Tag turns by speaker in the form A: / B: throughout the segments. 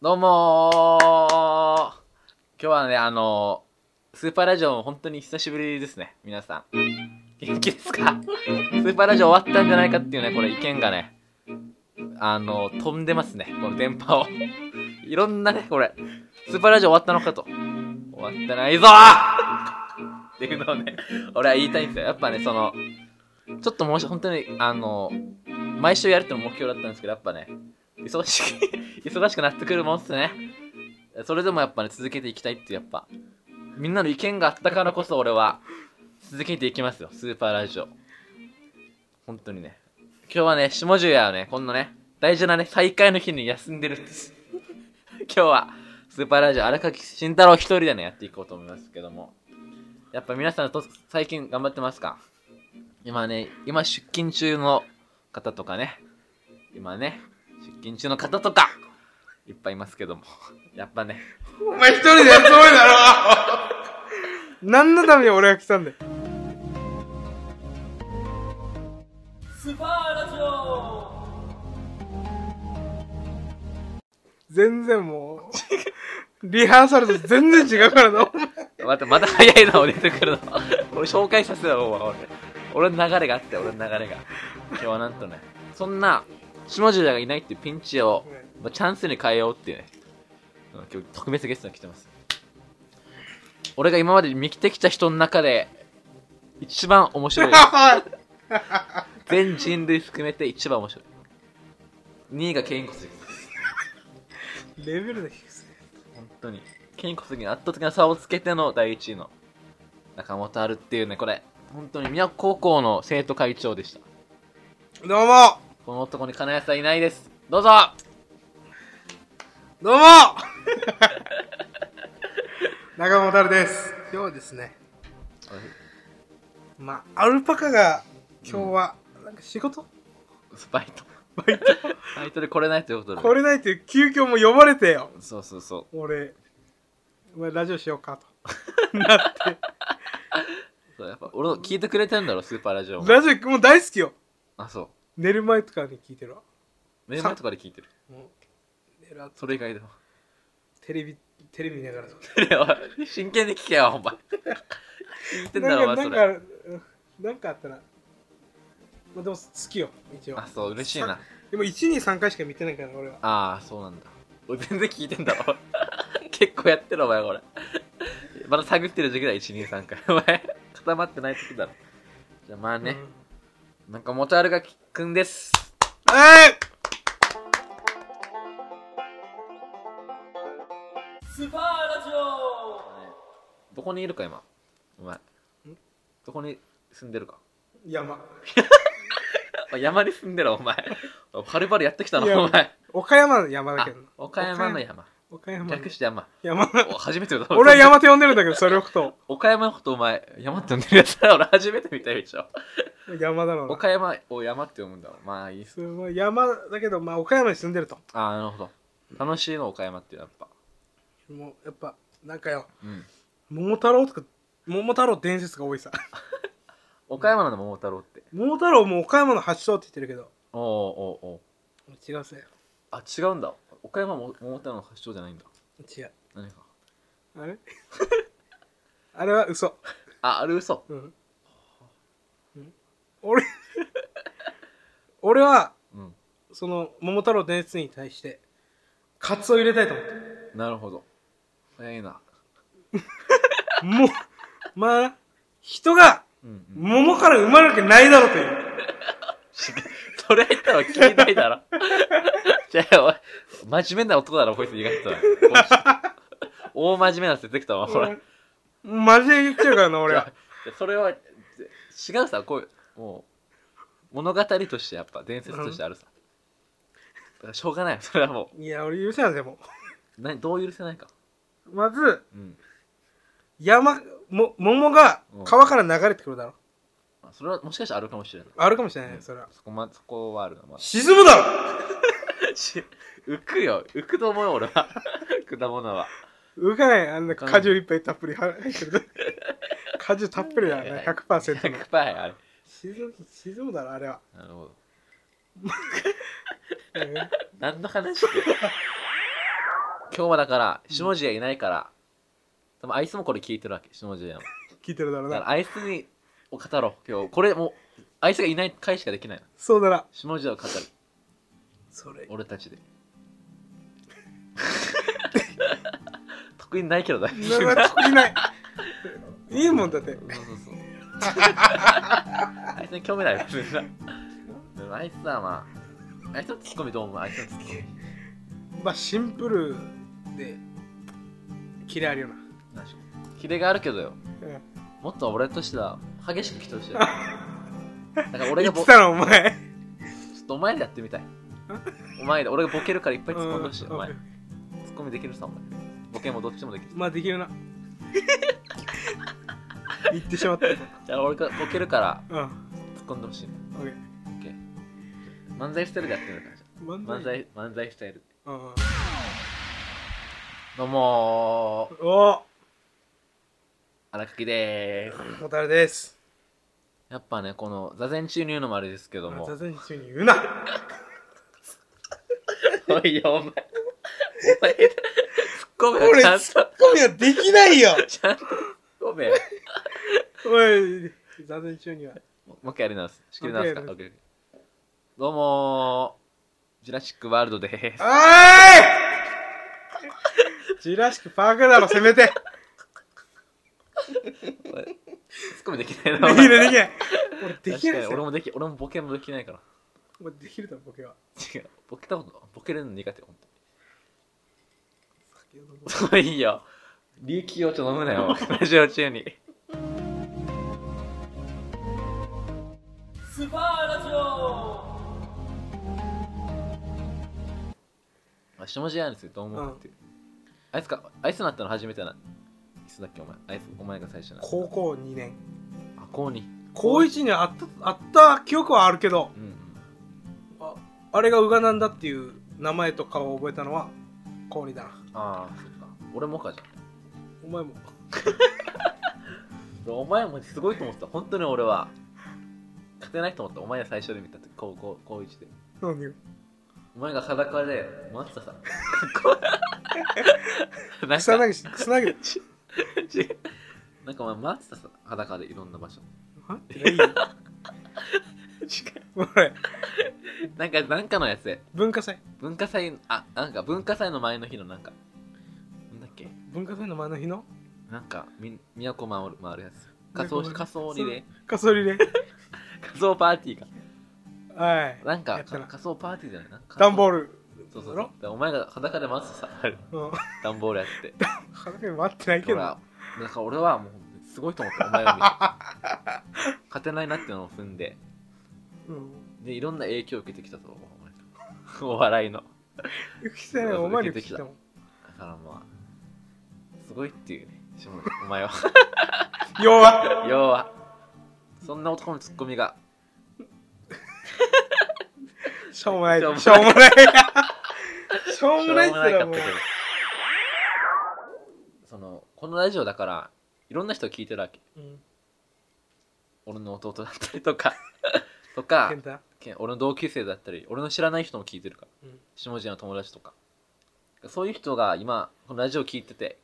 A: どうもー今日はね、あのー、スーパーラジオ、本当に久しぶりですね、皆さん。元気ですかスーパーラジオ終わったんじゃないかっていうね、これ意見がね、あのー、飛んでますね、この電波を。いろんなね、これ、スーパーラジオ終わったのかと。終わってないぞーっていうのをね、俺は言いたいんですよ。やっぱね、その、ちょっと申し、本当に、あのー、毎週やるってのも目標だったんですけど、やっぱね、忙しく 忙しくなってくるもんっすねそれでもやっぱね続けていきたいっていうやっぱみんなの意見があったからこそ俺は続けていきますよスーパーラジオ本当にね今日はね下重やをねこんなね大事なね再会の日に休んでるんです 今日はスーパーラジオ荒垣慎太郎一人でねやっていこうと思いますけどもやっぱ皆さんと最近頑張ってますか今ね今出勤中の方とかね今ね出勤中の方とかいっぱいいますけどもやっぱね
B: お前一人でやってもいいだろ何のために俺が来たんだよ。全然もう、リハーサルと全然違うからな。お前
A: またまた早いな俺出てくるの 俺紹介させろお前俺俺の流れがあって俺の流れが今日はなんとねそんな下地がいないっていうピンチを、まあ、チャンスに変えようっていうねうん今日特別ゲストが来てます俺が今まで見てきた人の中で一番面 白い全人類含めて一番面白い2位がケインコスです
B: レベルの低さ。
A: 本当にケンコスに圧倒的な差をつけての第1位の中本るっていうねこれ本当に宮古高校の生徒会長でした
B: どうも
A: この男に金谷さんいないですどうぞ
B: どうも中本るです。今日はですね、まあ、アルパカが今日は、なんか仕事
A: バイ ト
B: バイト
A: バイトで来れないということで
B: 来れないという急遽もう呼ばれてよ
A: そうそうそ
B: 俺お前ラジオしようかとなって
A: うそうやっぱ俺の聞いてくれてんだろスーパーラジオも
B: ラジオもう大好きよ
A: あそう
B: 寝る前とかに聞いてるわ
A: メールとかで聞いてる
B: もう寝る後
A: それ以外でも
B: テレビテレビ見ながらとか
A: いやおい真剣に聞けよお前 聞いてんだろお
B: な
A: 前
B: んかな
A: そ
B: ん
A: れ
B: かうんなんかあったらまあでも好きよ一応
A: あそう嬉しいな
B: さでも123回しか見てないから俺は
A: ああそうなんだ俺全然聞いてんだろ 結構やってるお前これまだ探ってる時期だ123回 お前固まってない時だろじゃあまあね、なんか元あるがきくんです
B: はい
A: どこにいるか今お前どこに住んでるか
B: 山
A: お前山に住んでるお前はるばるやってきた
B: いや
A: なお前
B: 岡山の山だ
A: あ
B: けどな
A: 岡山の山
B: 岡山の
A: 略して山
B: 山
A: お初めてだ
B: 俺は山手呼んでるんだけどそれをこと
A: 岡山のことお前山って呼んでるやつだ俺初めて見たでしょ
B: 山だろうな
A: 岡山を山って呼ぶんだまあいいっす
B: すごい山だけど、まあ、岡山に住んでると
A: ああなるほど楽しいの岡山ってやっぱ
B: もうやっぱなんかよ
A: うん
B: 桃太郎とか桃太郎伝説が多いさ
A: 岡山なんだ桃太郎って
B: 桃太郎も岡山の発祥って言ってるけど
A: おーおーおー
B: 違うせ
A: あ違うんだ岡山も桃太郎の発祥じゃないんだ
B: 違う
A: 何か
B: あれ あれは嘘、
A: ああれ嘘
B: うん、俺 俺は
A: うん
B: その桃太郎伝説に対してカツを入れたいと思って
A: なるほど早いな
B: もうまあ人が
A: うん、うん、
B: 桃から生まれるわけないだろうという
A: それ言ったら聞いないだろ じゃあおい真面目な男だろこいつ意外と 大真面目なの出てきたわほら
B: マジで言ってるからな俺
A: じ
B: は
A: ゃあそれはぜ違うさこういうもう物語としてやっぱ伝説としてあるさ、だからしょうがないよそれはも
B: いや、俺許せないでも
A: うなどう許せないか
B: う。まず、
A: うん
B: 山、も、桃が
A: うん
B: 川から流れてくるだろ。
A: まあそれはもしかしたらあるかもしれない
B: あるかもしれないね、それは。
A: そこ,、ま、そこはあるな、まあ、
B: 沈むだろ
A: し浮くよ浮くと思うよ俺は 果物は
B: うかない、あんな
A: 浮かない
B: 果汁いっぱいたっぷり入って る。果汁たっぷりだよね、100%の。
A: 100%あれ
B: 沈む、沈むだろ、あれは。
A: なるほど
B: うん
A: 何の話って今日はだから、下地がいないから、多分あいつもこれ聞いてるわけ、下地でも。
B: 聞いてるだろう
A: だか
B: な。
A: らあいつに、を語ろう、今日。これもう、あいつがいない回しかできないの。
B: そうだな。
A: 下地を語る、
B: それ。
A: 俺たちで。 得意ないけどだ。
B: なな得意ない。 いいもんだって。
A: そうそうそう。あいつに興味ないよ、 別になでもあいつはまあ、あいつのツッコミどう思うあいつのツッコミ。
B: まあ、シンプルで、キレあるよな。
A: なんでしょうキレがあるけどよ。
B: うん
A: もっと俺としては激しく来てほしい。だから俺
B: 言
A: がボ、ち
B: って
A: ょ
B: たの、お前。
A: っとお前でやってみたい。お前で、俺がボケるからいっぱい突っ込んでほしい。
B: うん
A: お前、突っ込みできるさ、お前。ボケもどっちもできる。
B: まあ、でき るな。言ってしまった。う
A: じゃあ俺がボケるから
B: ん。
A: 突っ込んでほしい。
B: オッケー。
A: 漫才スタイルでやってみるからじゃ
B: 漫
A: あ。漫。才、漫才スタイル。
B: うんうん。
A: どうもー、
B: お
A: 荒垣でーす。
B: お、おたれです。
A: やっぱね、この、座禅中に言うのもあれですけども。
B: 座禅中に言うな。
A: おいよ、お前。お前、突っ込めよ、
B: 俺、
A: ちゃんと。
B: ツッコミはできないよ。
A: ちゃんと突っ込めよ。
B: おい、座禅中には。
A: もう一回やり直す。仕切り直すか。
B: もう一
A: OK どうもー、ジュラシックワールドでーす。
B: あーいジュラシックパークだろ、せめて。で
A: ツッコミできないな。
B: きる、できない。俺、で
A: 確
B: き
A: か
B: ない
A: に
B: っす
A: 俺
B: よ。
A: もでき、俺もボケもできないから。
B: 俺、できるだろ、僕は。
A: 違う、ボケたことない、ボケるの苦手、ほんと。そういいよ。利益をちょっと飲むなよ、ラジオ中に。
C: スパーラジオ
A: まあ、下地なんですよ、どう思うかっていう。あいつか、あいつなったの初めてな。いつだっけ、お前。あいつ、お前が最初な。
B: 高校2年。
A: あ、高に。
B: 高1にあった、あった記憶はあるけど、
A: うんうん。
B: ああれがウガなんだっていう名前と顔を覚えたのは、高2だな。
A: ああ、そっか。俺もかじゃん。
B: お前も。
A: お前もすごいと思ってた本当に俺は勝てないと思ったお前が最初で見た時高校高一で
B: 何よ。
A: お前が裸で待 ってたさこうなん
B: 草
A: か
B: 薙し、草 薙。
A: 違うなんかお前待ってたさ裸でいろんな場所
B: 待って、いいよ。俺、
A: なんかなんかのやつで
B: 文化祭。
A: 文化祭あなんか文化祭の前の日のなんかなんだっけ
B: 文化祭の前の日の
A: なんかみ都回る回るやつ仮装し
B: 都回る
A: 仮装リレー
B: カソリレ。
A: 仮装パーティーか
B: はい。
A: なんか
B: やったな
A: 仮装パーティーじゃないな
B: 段ボー
A: ル
B: ル。
A: そうそうそうでお前が裸で待ってたさあれ
B: うん。
A: 段ボールやって
B: 裸に待ってないけ
A: ほ
B: ど。
A: ら、なんか俺はもう、すごいと思った、お前を見て。 勝てないなってのを踏んで、
B: うん。
A: で、いろんな影響を受けてきたと思う、お笑いの。
B: ゆきさんはお前に聞いたもん。
A: だからまあ、すごいっていうね、下地お前は。
B: 要は
A: 要は、そんな男のツッコミが、
B: しょうもない。
A: し
B: し
A: ょ
B: ょ
A: う
B: う
A: もない
B: もない。しょうもないっ
A: しょうも
B: す
A: な
B: ら
A: か
B: も
A: っ
B: う
A: たけど。その、このラジオだから、いろんな人が聞いてるわけ。
B: うん。
A: 俺の弟だったりとか、とか
B: ケ、ンタ
A: けん俺の同級生だったり俺の知らない人も聞いてるから、
B: うん
A: 下地の友達とかそういう人が今このラジオ聞いてて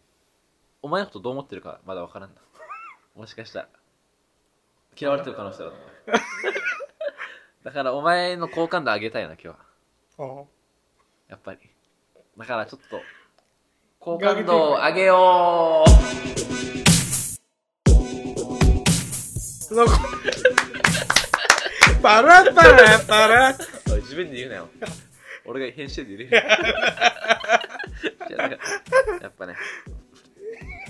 A: お前のことどう思ってるかまだ分からんなもしかしたら嫌われてる可能性ある だからお前の好感度上げたいな今日は
B: お
A: やっぱりだからちょっと好
B: 上げ
A: 感
B: ていこう
A: 度を上げよう
B: うなんかパラパラパラ
A: おい自分で言うなよ俺が編集で入れるいやだからやっぱね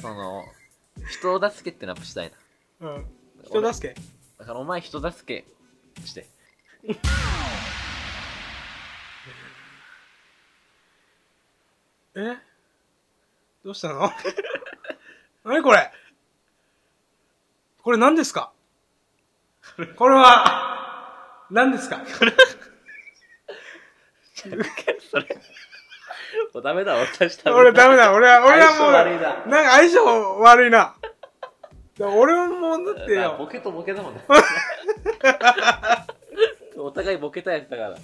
A: その人を助けってのはやっぱしたいな
B: うん。人助け
A: だからお前人助けして
B: えどうしたの 何これこれ何ですかこれは、何ですか
A: それもうダメだ私多
B: 俺ダメだ、俺は、俺
A: 相性悪いな
B: はもう、なんか相性悪いな。だ俺はもう、だって
A: だボ
B: よ、
A: ケとボケだもんねお互いボケたやつだから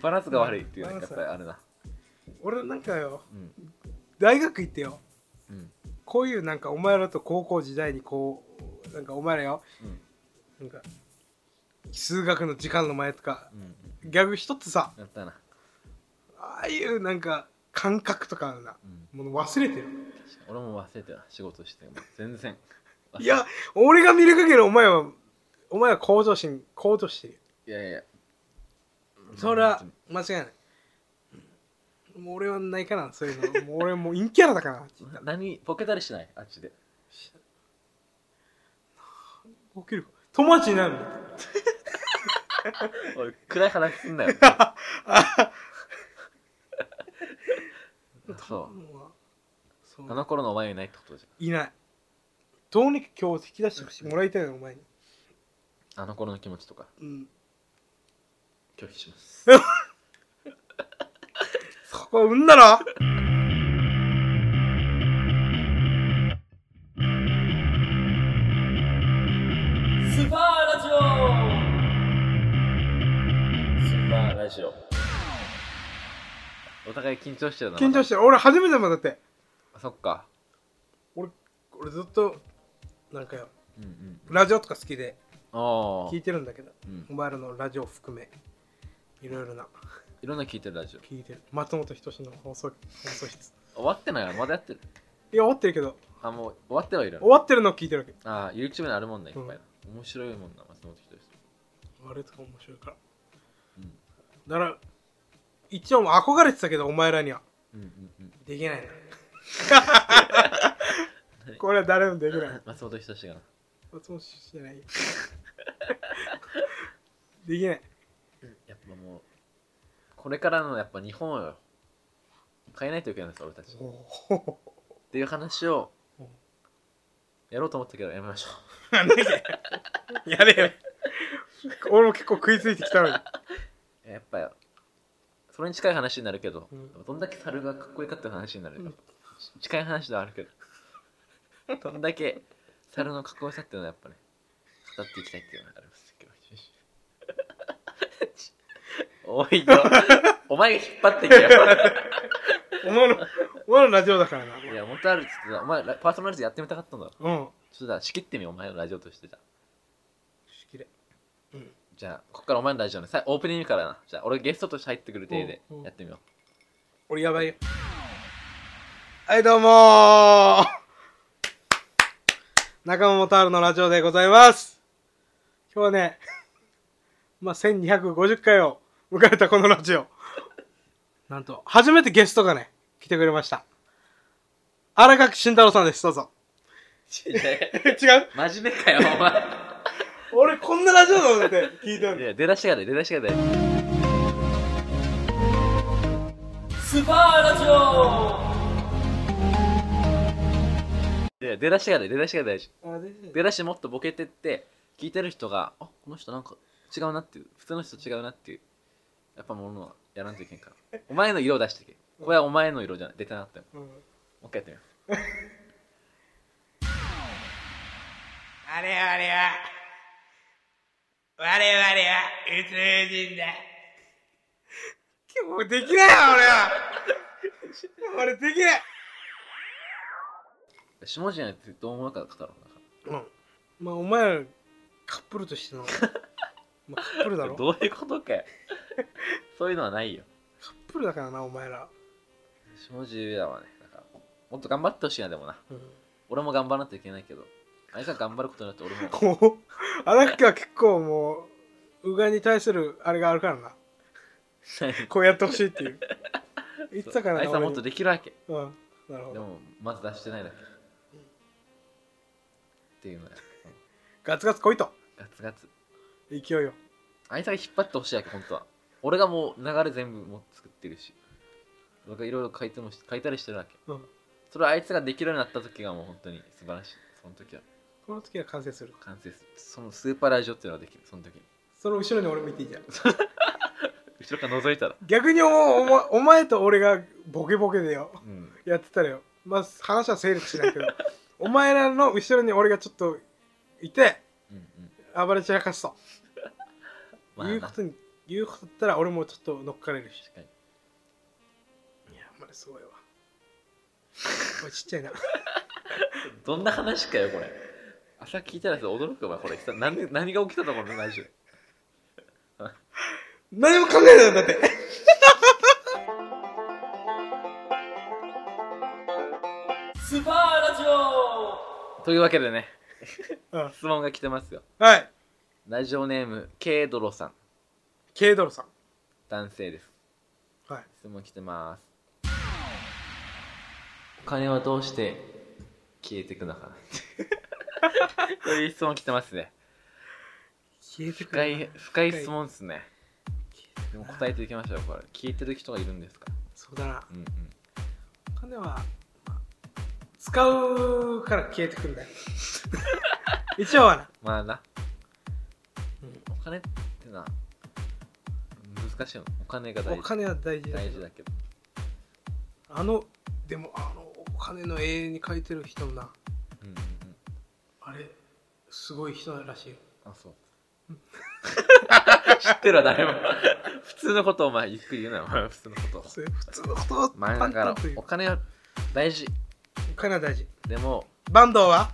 A: バランスが悪いっていうねやっぱりあれな
B: 俺なんかよ
A: うん。
B: 大学行ってよ
A: うん。
B: こういうなんかお前らと高校時代にこうなんかお前らよ
A: うん。
B: なんか数学の時間の前とか
A: うん。
B: ギャグ一つさ
A: やったな。
B: ああいうなんか感覚とかあるな
A: うん。
B: もう忘れてる
A: 俺も忘れてた。仕事しても。全然。
B: いや俺が見る限りお前はお前は向上心向上してるよ
A: いやいや。
B: それは間違いないもう俺はないかなそういうのもう 俺もう陰キャラだから
A: な何ポケたりしないあっちで。
B: 起きる友達になるんだ
A: おい、暗い話すん なよ。そ
B: そう
A: う。あの頃のお前はいないってことじ
B: いないどうにか今日引き出してもらいたいのお前に
A: ゃん。あの頃の気持ちとか、
B: うん
A: 拒否します。
B: そこは産んだろ
A: ス
C: スパーラジオ
A: ーパーラジオ。お互い緊張してるな。
B: 緊張
A: し
B: してる俺初めてだもんだって
A: そっか。
B: 俺ずっとなんかよ
A: うんうん。
B: ラジオとか好きで
A: ああ
B: 聞。いてるんだけど
A: うん
B: お前らのラジオ含めいろいろない
A: ろんな聞いてるラジオ。
B: 聞いてる松本人志の放送放送室
A: 終わってないからまだやってる。
B: いや終わってるけど
A: あ、もう終わってはいる
B: 終。わってるのを聞いてるわけ
A: ああ、YouTube にあるもんね、いっぱいな。面白いもんな、松本人志。
B: あれとか面白いから
A: うん。
B: だから一応もう憧れてたけどお前らには
A: うんうんうん。
B: できないなこれは誰もできない
A: 松本人志がな。
B: 松本してないできない
A: やっぱもう、これからのやっぱ日本をよ変えないといけないんです、俺たち。っ
B: おお
A: ていう話を
B: うん、
A: やろうと思ったけど、やめましょ
B: なんだっけやれよ俺も結構食いついてきたのに
A: う。やっぱよ、それに近い話になるけど、
B: うん
A: どんだけ猿がかっこいいかっていう話になるよ、
B: うん
A: 近い話ではあるけど、どんだけ猿のかっこよさっていうのはやっぱね、語っていきたいっていうのがありますけど。 おいよ、お前が引っ張ってきてよ。
B: お前のお前のラジオだからない
A: や、元あるっつってた、お前、ラパーソナリティやってみたかったんだろ。
B: うん
A: ちょっとだ、仕切ってみよう、お前のラジオとしてじゃあ。
B: 仕切れ
A: じゃあ、こっからお前のラジオのさオープニングからな。じゃあ、俺ゲストとして入ってくる体で
B: うんうん
A: やってみ よ
B: 俺やばいよはいどうもー中本太郎のラジオでございます今日はねまあ1250回を迎えたこのラジオなんと初めてゲストがね来てくれました荒垣慎太郎さんですどうぞ
A: う。いやいや
B: 違う
A: 真面目かよ、お
B: 俺こんなラジオだもんって聞いて
A: 前。いや、出だしがで、出だしがで。
C: スパーラジオ
A: いや、出だしがで、出だしが大事。
B: あ
A: 出だしもっとボケてって、聞いてる人が、あ、この人なんか違うなっていう、普通の人と違うなっていう、やっぱものはやらんといけんから。お前の色を出してけ。これはお前の色じゃない。出てなかったよ。もう一回やってみよ。
D: 我々は、我々は宇宙人だ。
B: もうできないわ俺は俺できないう
A: 下地ってどう思うか語ろうな。
B: うん。まあ、お前ら、カップルとし ての。まあ、カップルだろ。カッ
A: どういうことかよ。 そういうのはないよ。
B: プルだからな、お前ら。
A: 下地だわね。だからもっと頑張ってほしいな、でもな。
B: うん。
A: 俺も頑張らなきゃいけないけど、あいつが頑張ることによっ て俺も。
B: こう、荒木は結構もう、うがいに対するあれがあるからな。こうやってほしいっていう。言ってたから
A: あい
B: な、
A: つはも
B: 俺
A: っ
B: に
A: とできるわけ。
B: うん。なるほ
A: で
B: ど。
A: も、まず出してないだけ。っていうのや。うん
B: ガツガツ来いと。
A: ガツガツ。
B: 勢いよ。
A: あいつが引っ張ってほしいわけ、本当は。俺がもう流れ全部もう作ってるし。僕がいろいろ書いてもし書いたりしてるわけ。
B: うん。
A: それはあいつができるようになった時がもう本当に素晴らしい。その時は
B: この時は完成する。
A: 完成する。そのスーパーラジオっていうのができる、その時に。
B: その後ろに俺もいていいじゃん。
A: 後ろから覗いたら。
B: 逆におおお前と俺がボケボケでよ。
A: うん。
B: やってたらよまあ話は成立し ないけどお前らの後ろに俺がちょっといて
A: うんうん。
B: 暴れ散らかすと、
A: まあ
B: いう
A: な、確
B: こ
A: か
B: とに言うことだったら俺もちょっと乗っかれるし
A: に。
B: いやれすごいわ。これちっちゃいな。
A: どんな話かよ、これ。朝聞いたら さ、驚くわ、これ。さ何何が起きたところのラジオ。
B: 何も考えないんだって。
C: スパラジオ
A: というわけでね、
B: うん。
A: 質問が来てますよ。
B: はい。
A: ラジオネーム、ケイドロさん。
B: ケイドロさん。
A: 男性です。
B: はい。
A: 質問来てます。お金はどうして消えていくの かなこういう質問来てますね。
B: 消えてく
A: 深
B: るな。
A: い、深い質問ですね。でも答えていきましょう、これ。聞いてる人がいるんですか
B: そうだな。
A: うんうん。
B: お金は、まあ使うから消えてく るんだよ。一応はな。
A: まあな。
B: うん
A: お金ってな、難しいの。お金が大
B: お
A: 事。
B: 金は大事だけ
A: 大
B: ど
A: 事だけど。
B: あのでもあのお金の永遠に書いてる人もな
A: うんうんうん。
B: あれすごい人らしいよ
A: あ、そう。 知ってるわ、誰も。 普通のことをお前、ゆっくり言うなよ、お前は普通のことを。
B: それ普通のことを
A: 前だから
B: 淡々と言、う
A: お金は大事。
B: お金は大事
A: でも、
B: バンド は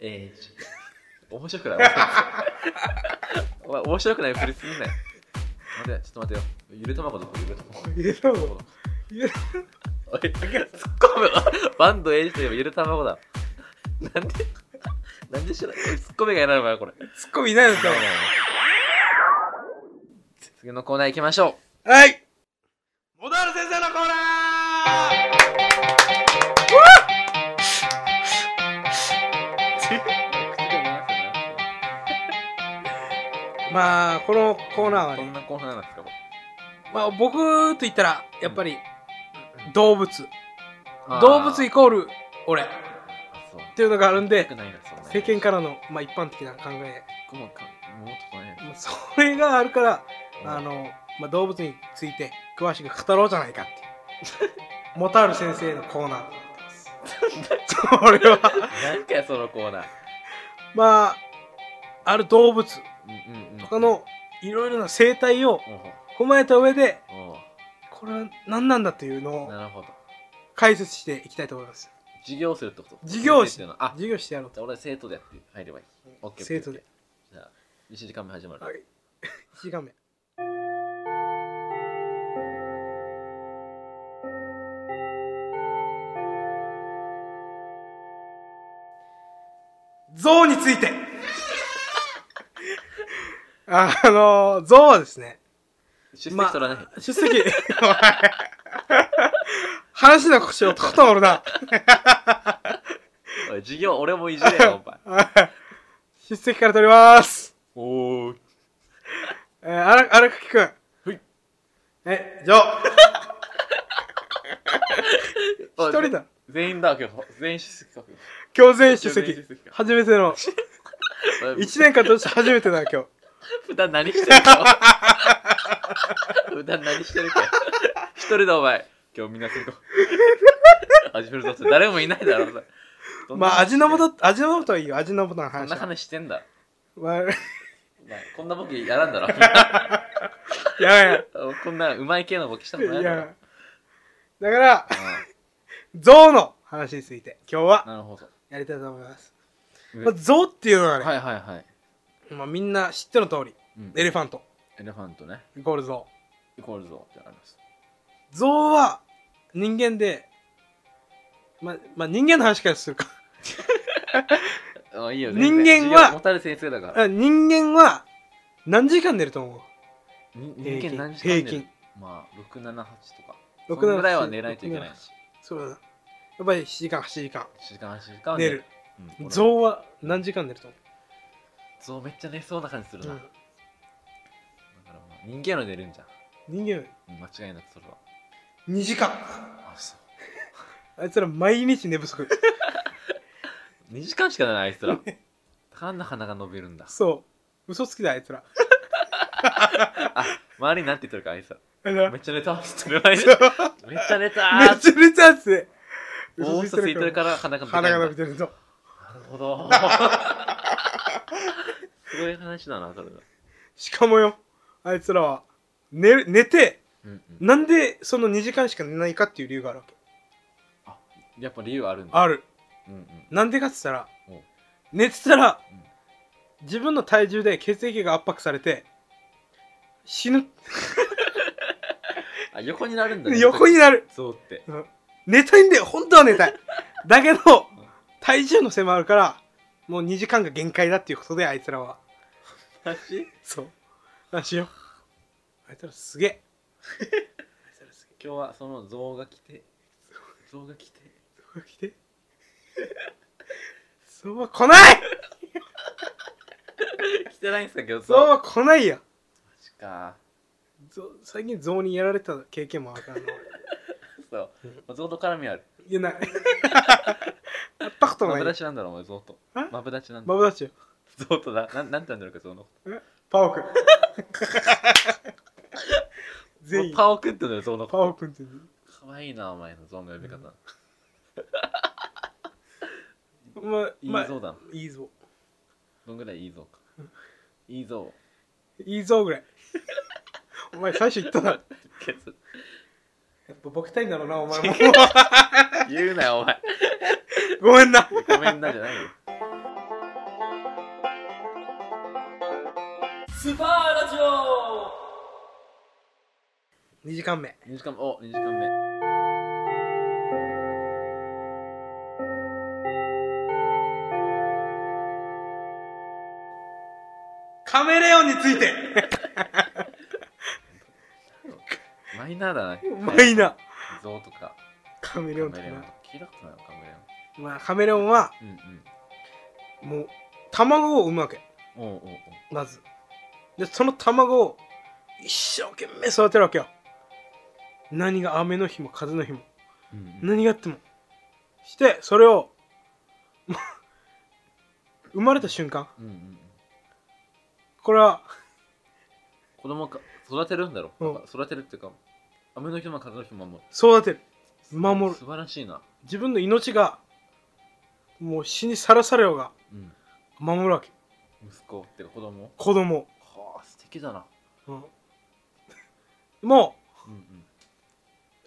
A: ええ 面白くないお前面白くないふりすんなよ。待って、ちょっと待ってよ。ゆで卵どこゆで卵。
B: ゆで卵ゆで
A: おい、突っ込むバンドエイジといえばゆで卵だ。なんで、なんで知らない突っ込みがいないのかよ、これ。
B: ツッコミいないのか
A: 次のコーナー行きましょ
B: はいモダール先生のコーナ
A: う。
B: ーまあこのコーナーは
A: どん
B: ね、
A: なコーナーなんですか、これ
B: まあ、僕と言ったらやっぱり動物
A: あー
B: 動物イコール俺っ
A: そう。
B: ていうのがあるんで
A: 良くないな、そんな。
B: 世間からの、まあ、一般的な考え
A: 僕もか、もうちょっとね。
B: まあそれがあるから、
A: うん
B: あの、まあ、動物について詳しく語ろうじゃないかっていう。 モタール先生のコーナーとなってます。それは、
A: 何かよ、そのコーナー。
B: まあ、ある動物
A: うんうんうん。
B: とかのいろいろな生態を
A: おう
B: 踏まえた上で、
A: おう
B: これは何なんだというの
A: おう
B: を
A: なるほど。
B: 解説していきたいと思います。
A: 授業するってこと
B: 授業
A: し
B: してて
A: いうの。あ、じ
B: 授業してやろうと。
A: ゃあ俺生徒でやって入ればいい。オッケー。
B: 生徒で。
A: じゃあ、1時間目始まる。
B: はい。1時間目。象について あの、象はですね、
A: 出
B: ま
A: 席
B: あ
A: 取らない。
B: 出席、 おい話の腰をとことん折るな。
A: おい、授業俺もいじれ よ、お前。
B: 出席から取ります。
A: おーい。
B: えー、荒荒垣くん。
A: はい
B: え、象。
A: 一
B: 一人だ。
A: 全員だ、今日。全員出席か。
B: 強制出
A: 強制
B: 席
A: 出席。か
B: 初めて の。
A: おい
B: 一年間として初めて だ今日
A: 普段何してるか 普段何してるか一人だお前今日みんなすると始めるぞって誰もいないだろお前どんな
B: まあ味の
A: 話して
B: 素味の素はいいよ味の素の
A: こん
B: 話
A: な
B: は
A: 話してんだ
B: まあ、や
A: お前こんなボケやらんだろ
B: ば
A: こんなうまい系のボケしたこ
B: い
A: とな
B: や
A: い
B: い
A: だろ
B: やだから
A: う
B: 象の話について今日
A: ん
B: は
A: なるほど
B: やりたいと思います、
A: うん
B: まあ、象っていうのはね、
A: はいはいはい、
B: まあ、みんな知っての通り
A: うん
B: エレ
A: エ
B: ファント
A: レファントね
B: イコール象
A: イコールゾーってあります
B: 象は人間でまあ、まあ、人間の話からするか
A: あいいよ
B: 人間は
A: 持たれ先生だから
B: あ人間は何時間寝ると思う
A: に人
B: 平均
A: 間何時間寝る
B: 平均
A: まあ678とかそ
B: 6
A: んぐらいは寝ないといけない
B: 6 7 8そうだなやっぱり7時間8時間
A: 7時間8時間は
B: 寝る、
A: うん、俺も
B: 象は何時間寝ると思う
A: ゾウめっちゃ寝そうな感じするな、
B: うん
A: だからまあ人間の寝るんじゃん
B: 人間より
A: うん間違いなくそれは
B: 2時間
A: あそう
B: あいつら毎日寝不足
A: 2時間しか寝ないあいつらだからあんな鼻が伸びるんだ
B: そう嘘つきだあいつら
A: あ周りになんて言ってるかあいつら
B: あの
A: め
B: め
A: っちゃ寝たっつって るめっちゃ寝たー
B: ちゃめちゃ熱い
A: 大嘘ついてるから鼻が伸びるんだ
B: 鼻が伸びてると
A: なるほど すごい話だなそれは
B: しかもよあいつらは寝る寝て
A: うんうん
B: なんでその2時間しか寝ないかっていう理由があるわけ
A: やっぱ理由あるんだ。
B: ある
A: うんうん。
B: なんでかっつったら
A: お
B: 寝てたら
A: うん
B: 自分の体重で血液が圧迫されて死ぬ
A: あ、横になるんだね。
B: 横になる
A: そうって。
B: うん寝たいんだよ本当は寝たいだけど体重のせいもあるからもう2時間が限界だっていうことであいつらは
A: マジ
B: そうなんしようあいつらすげえあいつらす
A: 今日はその像が来て、像が来て。
B: げえ来 てそうは来ない
A: 来てないんすか、今日
B: そう
A: 像。マ
B: は来ないよ
A: ジか。
B: ゾ最近ゾウにやられた経験もあるからな俺
A: そう。像と絡みある。
B: い やないやったこと
A: マブ
B: な
A: ダ
B: い
A: チなんだろ、お前、像と。
B: え
A: マブダチなんだ
B: マ。ブダチよ
A: 像とだ。なんなんて呼んでるか、像のこ
B: パ オくん
A: と。も
B: 全
A: う
B: 員
A: パオくんって呼んでる、像の
B: パ
A: こ
B: オくんって言う
A: と。かわいいな、お前の像の呼び方。
B: まあ
A: いい
B: まあ
A: 像だな。
B: いいぞ
A: どんぐらいいい像か。いい像。
B: いいぞぐらい お前最初言ったなや
A: ケツ
B: っぱボケたいんだろうなお前も
A: 言うなよ、お前。
B: ごめんな
A: ごめんなじゃないよ。
C: スパーラジオ
B: 2時間目
A: 2時間お2時間目
B: カメレオンについて
A: マイナーだな
B: マイナ
A: ーゾウとか
B: カメ
A: カメレ
B: レ
A: オ
B: オ
A: ン
B: ンと
A: と
B: か
A: か
B: な
A: 聞いたことないわカメレ
B: まあカメレオンは
A: オンうん
B: もう卵を産むわけ
A: うんおうおうおう
B: まずでその卵を一生懸命育てるわけよ何が雨の日も風の日も
A: うんうん
B: 何があってもしてそれを もう生まれた瞬間
A: うんうん
B: これは
A: 子供か育てるんだろ
B: うん
A: なんか育てるっていうか雨の日も風の日も守る
B: 育てる守る
A: 素晴らしいな
B: 自分の命がもう死にさらされようが
A: うん
B: 守るわけ
A: 息子ってか子供
B: 子供、
A: はあ素敵だな
B: うん も
A: うんうん
B: う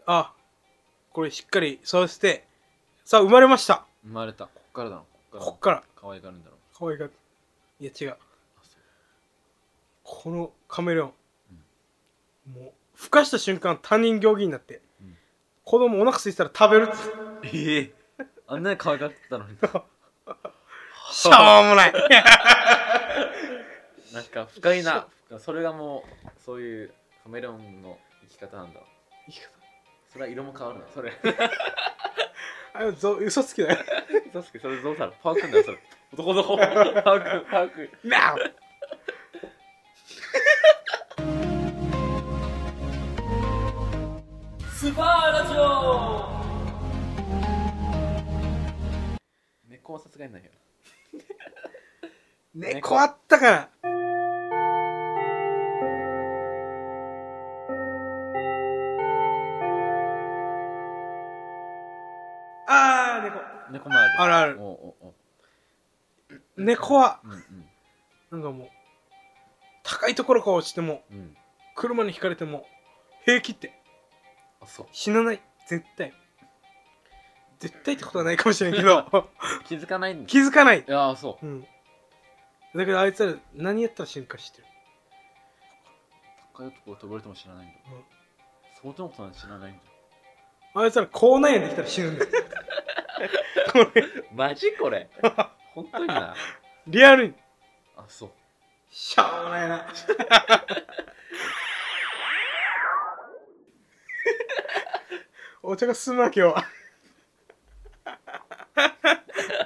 B: あこれしっかり育ててさあ生まれました
A: 生まれたこっからだなこっから
B: こっから
A: 可愛がるんだろう
B: 可愛がっていや違う
A: あそう
B: このカメレオン、もう孵化した瞬間他人行儀になって、
A: うん
B: 子供お腹空いてたら食べるっつって
A: ええあんなに可愛がってたのに
B: しょうもない
A: なんか深いなそれがもうそういうカメレオンの生き方なんだそれは色も変わるなそれ
B: あれぞ嘘つきだよ
A: 確かにそれゾウさんパークンだよそれ男の子パークンパークン
B: なあ
C: スパーラジオ
A: 猫はさすがにないよ
B: 猫あったからあー猫
A: 猫もある
B: あるある
A: おうおう
B: 猫は
A: おううん
B: なんかもう高いところから落ちても
A: うんうん
B: 車にひかれても平気って
A: あそう
B: 死なない絶対絶対ってことはないかもしれんけど
A: 気づかないんだ
B: 気づかない
A: いやーそ
B: うんだけどあいつら何やったら進化してる
A: う高いところ飛ばれても知らないんだ
B: うん
A: 相当のことなんて知らないんだ
B: あいつら口内炎できたら死ぬんだよこれ
A: マジこれ本当にな
B: リアルに
A: あそう
B: しょうもない なお茶が進むな今日 は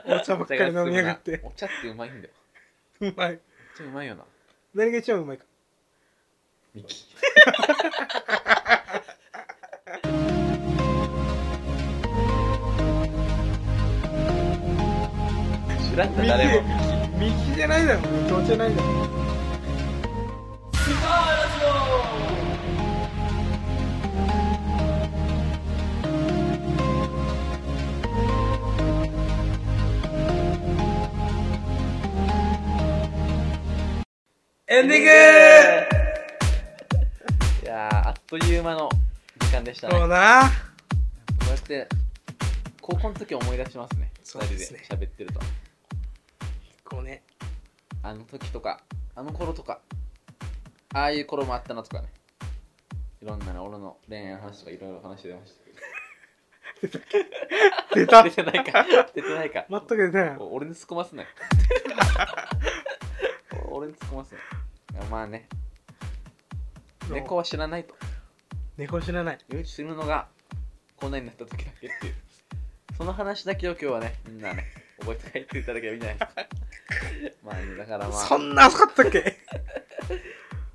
B: お茶ばっかり飲みやがって
A: お茶ってうまいんだよ
B: うまい
A: お茶うまいよな
B: 何が一番うまいか
A: ミ キ知らんだ誰も
B: 右右じゃないだろ右手じゃないだろ
C: スパーラジオ
B: エンディング
A: いやーあっという間の時間でしたね
B: そう
A: こ
B: だな
A: うやって高校の時を思い出しますね
B: そうです
A: 二
B: ね
A: 人で喋ってると
B: こうね
A: あの時とかあの頃とかああいう頃もあったなとかねいろんなね俺の恋愛の話とかいろいろ話してましたけど
B: 出 た
A: 出
B: 全
A: てない か出てないか
B: く出てない
A: お俺に突っ込ませ ないお俺に突っ込ませないいやまあね猫は知らないと
B: 猫知らない
A: 唯一死ぬのがこんなになった時だけっていうその話だけを今日はねみんなね覚えて帰っていただければいいんじゃないですか まあねだからまあ
B: そんな浅かったっけ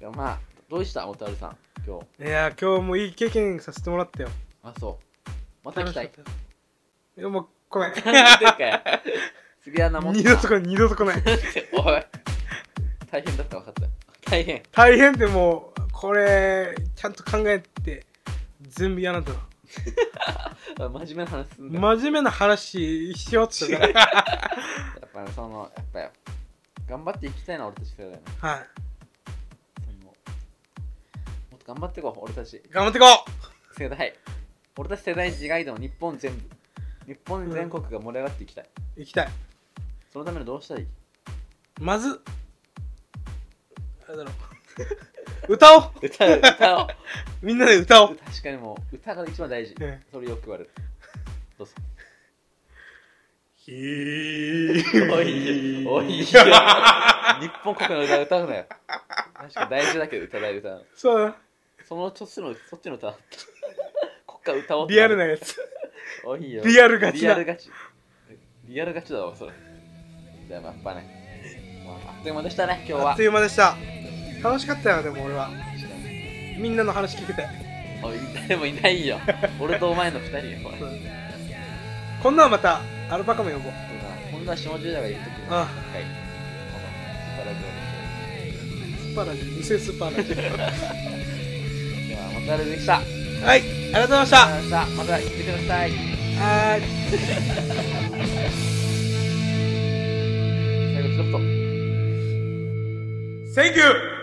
A: いやまあどうでしたおたるさん今日
B: いや今日もいい経験させてもらったよ
A: あそうまた来たい
B: 楽しかったいやもう来ない
A: なんでかよ次はなもん
B: 二度と来ない二度と来ない
A: おい大変だった分かった大変
B: 大変でもうこれちゃんと考えて全部嫌なんだわ
A: 真面目な話すんだよ
B: 真面目な話しようって言ったから
A: やっぱそのやっぱよ頑張っていきたいな俺たち世代だよね
B: はい
A: そのもっと頑張っていこう俺たち
B: 頑張っていこ
A: 世代俺たち世代以外でも日本全部日本全国が盛り上がっていきたい、
B: う行きたい
A: そのためにどうしたらいい
B: まずあれだろ う歌おう
A: 歌う歌を
B: みんなで歌おう
A: 確かにもう歌が一番大事、
B: うん
A: それよく言われるどうぞ
B: ひー
A: おいおい日本国の歌歌うなよ確か大事だけど歌だい歌うの
B: そうだ
A: そのそっちのそっちの歌国家歌おう
B: リアルなやつ
A: おいよ
B: リアルガチ
A: リア
B: だ
A: ルガチリアルガチだわそれでもやっぱね、まあ、あっという間でしたね今日
B: あ
A: は
B: っという間でした楽しかったよでも俺は
A: 確かに
B: みんなの話聞けて
A: おい 誰もいないよ俺とお前の二人よこれ
B: うん今度はまたアルパカも呼ぼう
A: 今度は下十代がいるとき
B: あ
A: はいこのスパラグラ
B: スーパーラジオ偽スーパーラジ
A: ムではまたあれでしたあり
B: オはいありがとうございました
A: がとうございましたまた来てください
B: はーい
A: 最後ちょっと
B: Thank you